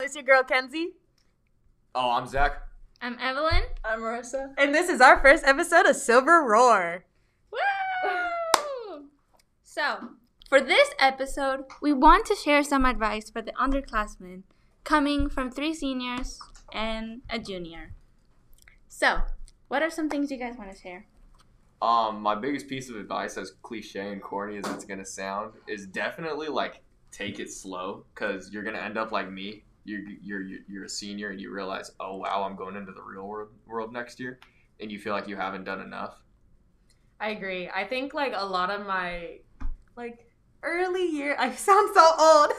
it's your girl Kenzie, Oh, I'm Zach. I'm Evelyn. I'm Marissa. and this is our first episode of Silver Roar. Woo! so, for this episode, we want to share some advice for the underclassmen coming from three seniors and a junior. So, what are some things you guys want to share? Um, my biggest piece of advice, as cliche and corny as it's gonna sound, is definitely like take it slow, cause you're gonna end up like me. You're you're you're- you're a senior and you realize, oh wow, I'm going into the real world world next year, and you feel like you haven't done enough. I agree. I think like a lot of my like early year I sound so old.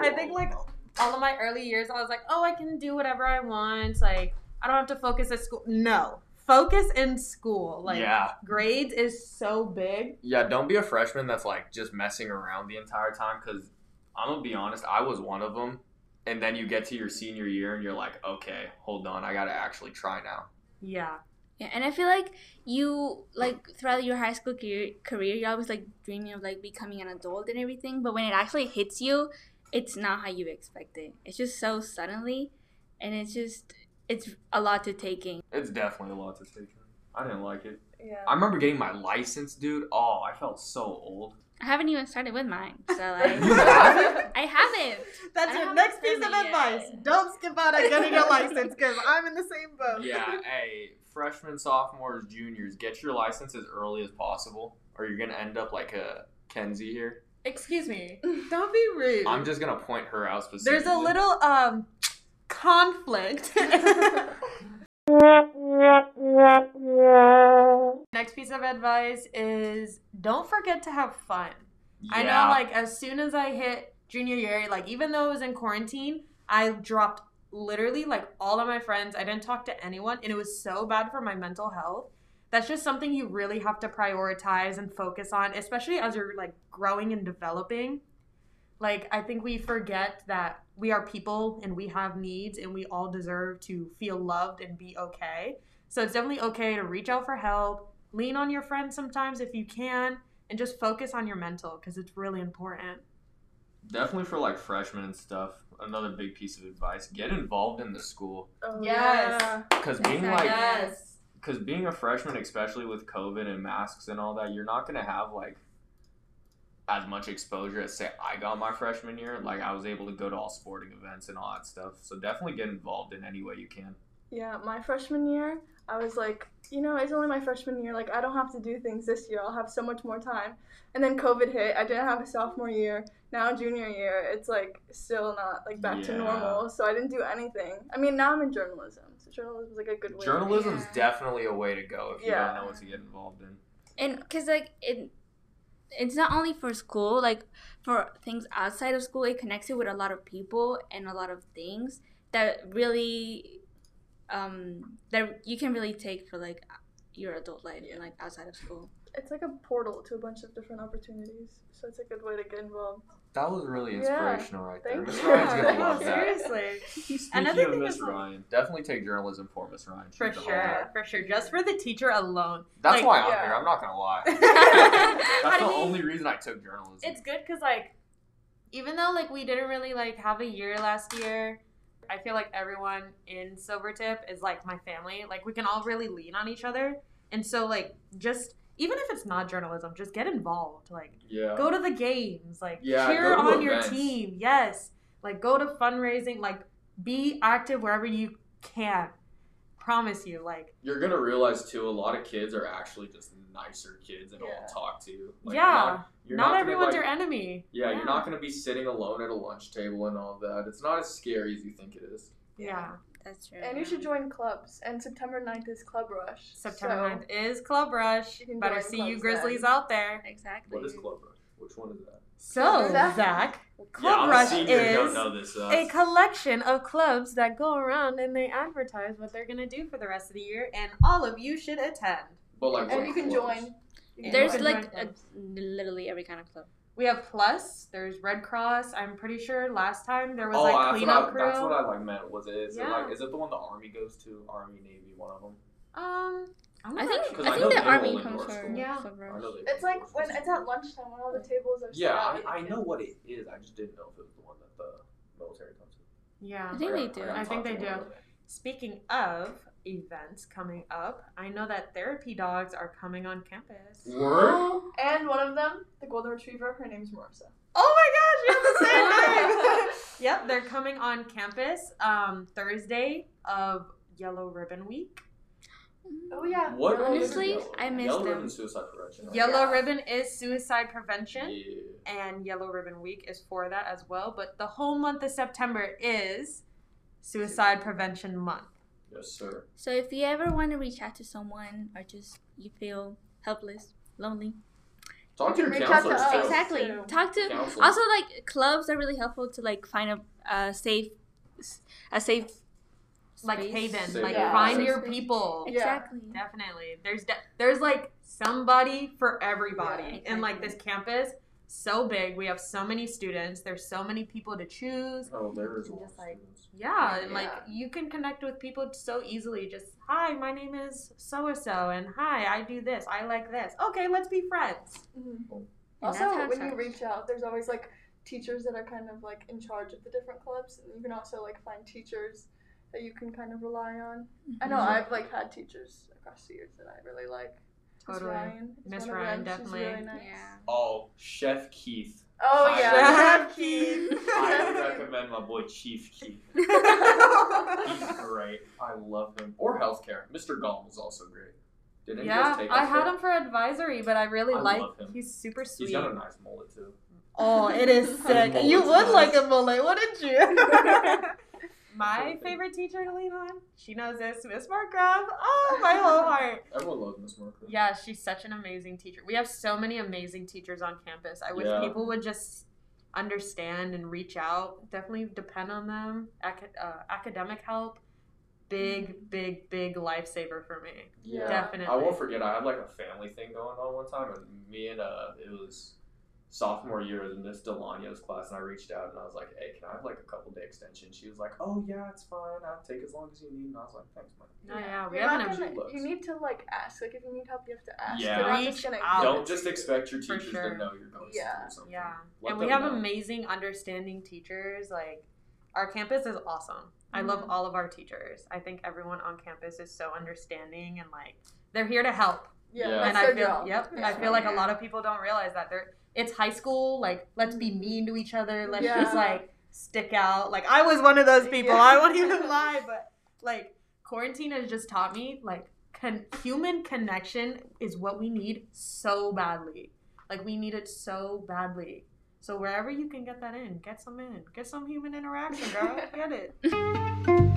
I think like all of my early years I was like, "Oh, I can do whatever I want. Like, I don't have to focus at school." No. Focus in school. Like yeah, grades is so big. yeah. Don't be a freshman that's like just messing around the entire time, cause I'm gonna be honest, I was one of them. And then you get to your senior year and you're like, okay, hold on, I gotta actually try now. Yeah. Yeah, and I feel like you like throughout your high school career, career you're always like dreaming of like becoming an adult and everything, but when it actually hits you, it's not how you expect it. It's just so suddenly, and it's just it's a lot to take in. It's definitely a lot to take. in. I didn't like it. Yeah. I remember getting my license, dude. Oh, I felt so old. I haven't even started with mine, so like You haven't? I haven't. That's I your haven't next piece done of it yet. advice. Don't skip out on getting your license because I'm in the same boat. Yeah, hey, freshmen, sophomores, juniors, get your license as early as possible, or you're gonna end up like a Kenzie here. Excuse me. Don't be rude. I'm just gonna point her out specifically. There's a little um conflict. Next piece of advice is don't forget to have fun. I know like as soon as I hit junior year, like even though it was in quarantine, I dropped literally like all of my friends. I didn't talk to anyone and it was so bad for my mental health. That's just something you really have to prioritize and focus on, especially as you're like growing and developing. Like I think we forget that we are people and we have needs and we all deserve to feel loved and be okay. So it's definitely okay to reach out for help, lean on your friends sometimes if you can, and just focus on your mental because it's really important. definitely for like freshmen and stuff. Another big piece of advice: get involved in the school, Yes. cause being Exactly. like, Yes. cause being a freshman, especially with COVID and masks and all that, you're not gonna have like as much exposure as say I got my freshman year. Like I was able to go to all sporting events and all that stuff. So definitely get involved in any way you can. Yeah, my freshman year, I was like, you know, it's only my freshman year. Like, I don't have to do things this year. I'll have so much more time. And then COVID hit. I didn't have a sophomore year. Now junior year, it's like still not like back Yeah. to normal. So I didn't do anything. I mean, now I'm in journalism. So journalism's like a good way. Journalism's Yeah. definitely a way to go if you Yeah. don't know what to get involved in. and because like it it's not only for school like for things outside of school it connects you with a lot of people and a lot of things that really um that you can really take for like your adult life and like outside of school It's like a portal to a bunch of different opportunities. So it's a good way to get involved. That was really Yeah. inspirational right there. Thank Miss you. Ryan's gonna Yeah. love No, that. seriously. Speaking Another of thing Miss is, like- Ryan, definitely take journalism for Miss Ryan. She's For the whole sure. nut. For sure. Just for the teacher alone. That's Like, why I'm yeah. here. I'm not gonna lie. That's I the mean, only reason I took journalism. it's good because like even though like we didn't really like have a year last year i feel like everyone in silvertip is like my family like we can all really lean on each other and so like just even if it's not journalism just get involved like yeah. go to the games like Yeah, cheer go to on your events. team yes like go to fundraising like be active wherever you can promise you like You're gonna realize too, a lot of kids are actually just nicer kids and all Yeah. talk to. Like, yeah You're not, not, you're not gonna, everyone's like- your enemy Yeah, Yeah. you're not gonna be sitting alone at a lunch table and all that. It's not as scary as you think it is. yeah that's true And you should join clubs. And September 9th is Club Rush. September so- 9th is Club Rush. You can Better join see you clubs Grizzlies then. out there. exactly What is Club Rush? Which one is that? So, Zach- Zach, Club Rush is this. uh, a collection of clubs that go around and they advertise what they're going to do for the rest of the year, and all of you should attend. but like, And what you can clubs? join. You can there's join. Everyone like a, joins. literally every kind of club We have Plus, there's Red Cross. I'm pretty sure last time there was Oh, like that's, what I, cleanup crew. that's what I like meant. Was it? Is it Yeah. like? Is it the one the army goes to? Army, navy, one of them. um, I'm i not think sure. I i know think they the all army endorse comes from them. Yeah. from Rush. I know they- It's like when it's at lunchtime when all the tables are set Yeah, out. I, I know what it is. I just didn't know if it was the one that the military comes to. Yeah. I think We're they not- do. we're not I think talking they about do. it. Speaking of events coming up, I know that therapy dogs are coming on campus. Word? And one of them, the golden retriever, her name's Marissa. Oh my gosh, you have the same name. yep, they're coming on campus um, Thursday of Yellow Ribbon Week. Oh yeah. What? ribbon is Honestly, yellow? I missed Yellow them. ribbon suicide prevention. right? Yellow Yeah. Ribbon is suicide prevention. Yeah. and Yellow Ribbon Week is for that as well. But the whole month of September is Suicide Prevention Month. Yes, sir. So if you ever want to reach out to someone or just you feel helpless, lonely, Talk to your Reach out to counselors. Oh, us. too. exactly. true. Talk to Counselors. also like clubs are really helpful to like find a, a safe a safe Like space. Haven, Save like your find life. your people. Yeah. Exactly. Definitely, there's de- there's like somebody for everybody, Yeah, and like this exactly. campus so big. We have so many students. There's so many people to choose. Oh, there is Just one. like- Yeah, and like Yeah. you can connect with people so easily. Just hi, my name is so and so, and hi, I do this. I like this. Okay, let's be friends. And Mm-hmm. Also, that's how it when you starts. reach out, there's always like teachers that are kind of like in charge of the different clubs, and you can also like find teachers that you can kind of rely on. I know Mhm. I've like had teachers across the years that I really like. Miss Ryan. is Miss one of Ryan, them. She's really definitely. nice. Yeah. Oh, Chef Keith. Oh Hi. yeah, Chef I recommend my boy Chief Keith. He's great. I love him. Or healthcare. Mr. Gollum is also great. Did any guys yeah, take I us had there? him for advisory, but I really I like. love him. He's super sweet. He's got a nice mullet too. oh, it is sick. mullet's you would nice. like a mullet, wouldn't you? My favorite teacher, Leland. She knows this, Miss Markgraf. Oh, my whole heart. Everyone loves Miss Marker. Yeah, she's such an amazing teacher. We have so many amazing teachers on campus. I wish Yeah. people would just understand and reach out. Definitely depend on them. Ac- uh, academic help, big, big, big lifesaver for me. Yeah. Definitely. I won't forget. I had like a family thing going on one time, and me and uh, it was sophomore year in Miss Delania's class, and I reached out and I was like, "Hey, can I have like a couple day extension?" She was like, "Oh yeah, it's fine. I'll take as long as you need." And I was like, "Thanks, man." No, Oh, yeah, we You're have not an gonna- amazing- You need to like ask. Like if you need help, you have to ask. Yeah. They're not Reach just gonna out. Don't just expect your Oh, For teachers sure. to know you're going Yeah. through something. Yeah. Let and we them have know. amazing, understanding teachers. Like, our campus is awesome. I Mm-hmm. love all of our teachers. I think everyone on campus is so understanding and like they're here to help. Yeah, Yeah. that's and their I feel, job. yep, Yeah. I feel like a lot of people don't realize that they're. It's high school. Like, let's be mean to each other. Let's just Yeah. like stick out. Like, I was one of those people. Yeah. I won't even lie, but like quarantine has just taught me like con- human connection is what we need so badly. Like, we need it so badly. So wherever you can get that in, get some in, get some human interaction, girl. get it.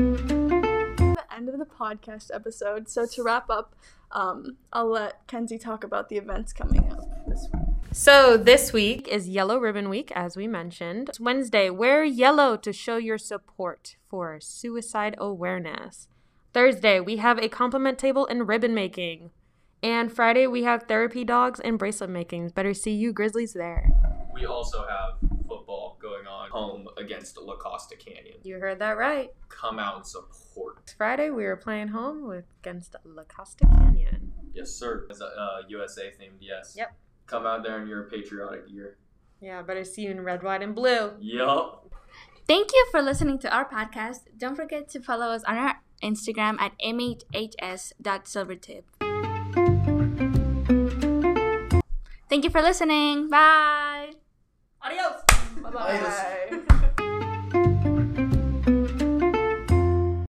the end of the podcast episode. So to wrap up, um, I'll let Kenzie talk about the events coming up this week. So this week is Yellow Ribbon Week, as we mentioned. It's Wednesday. Wear yellow to show your support for suicide awareness. Thursday, we have a compliment table and ribbon making. And Friday, we have therapy dogs and bracelet makings. Better see you, Grizzlies, there. We also have football going on home against La Costa Canyon. You heard that right. Come out and support. Friday, we were playing home with against La Costa Canyon. Yes, sir. It's a uh, USA themed, yes. Yep. Come out there in your patriotic gear. Yeah, better see you in red, white, and blue. Yup. Thank you for listening to our podcast. Don't forget to follow us on our Instagram at mhhs.silvertip. Thank you for listening. Bye. Adios. Bye bye.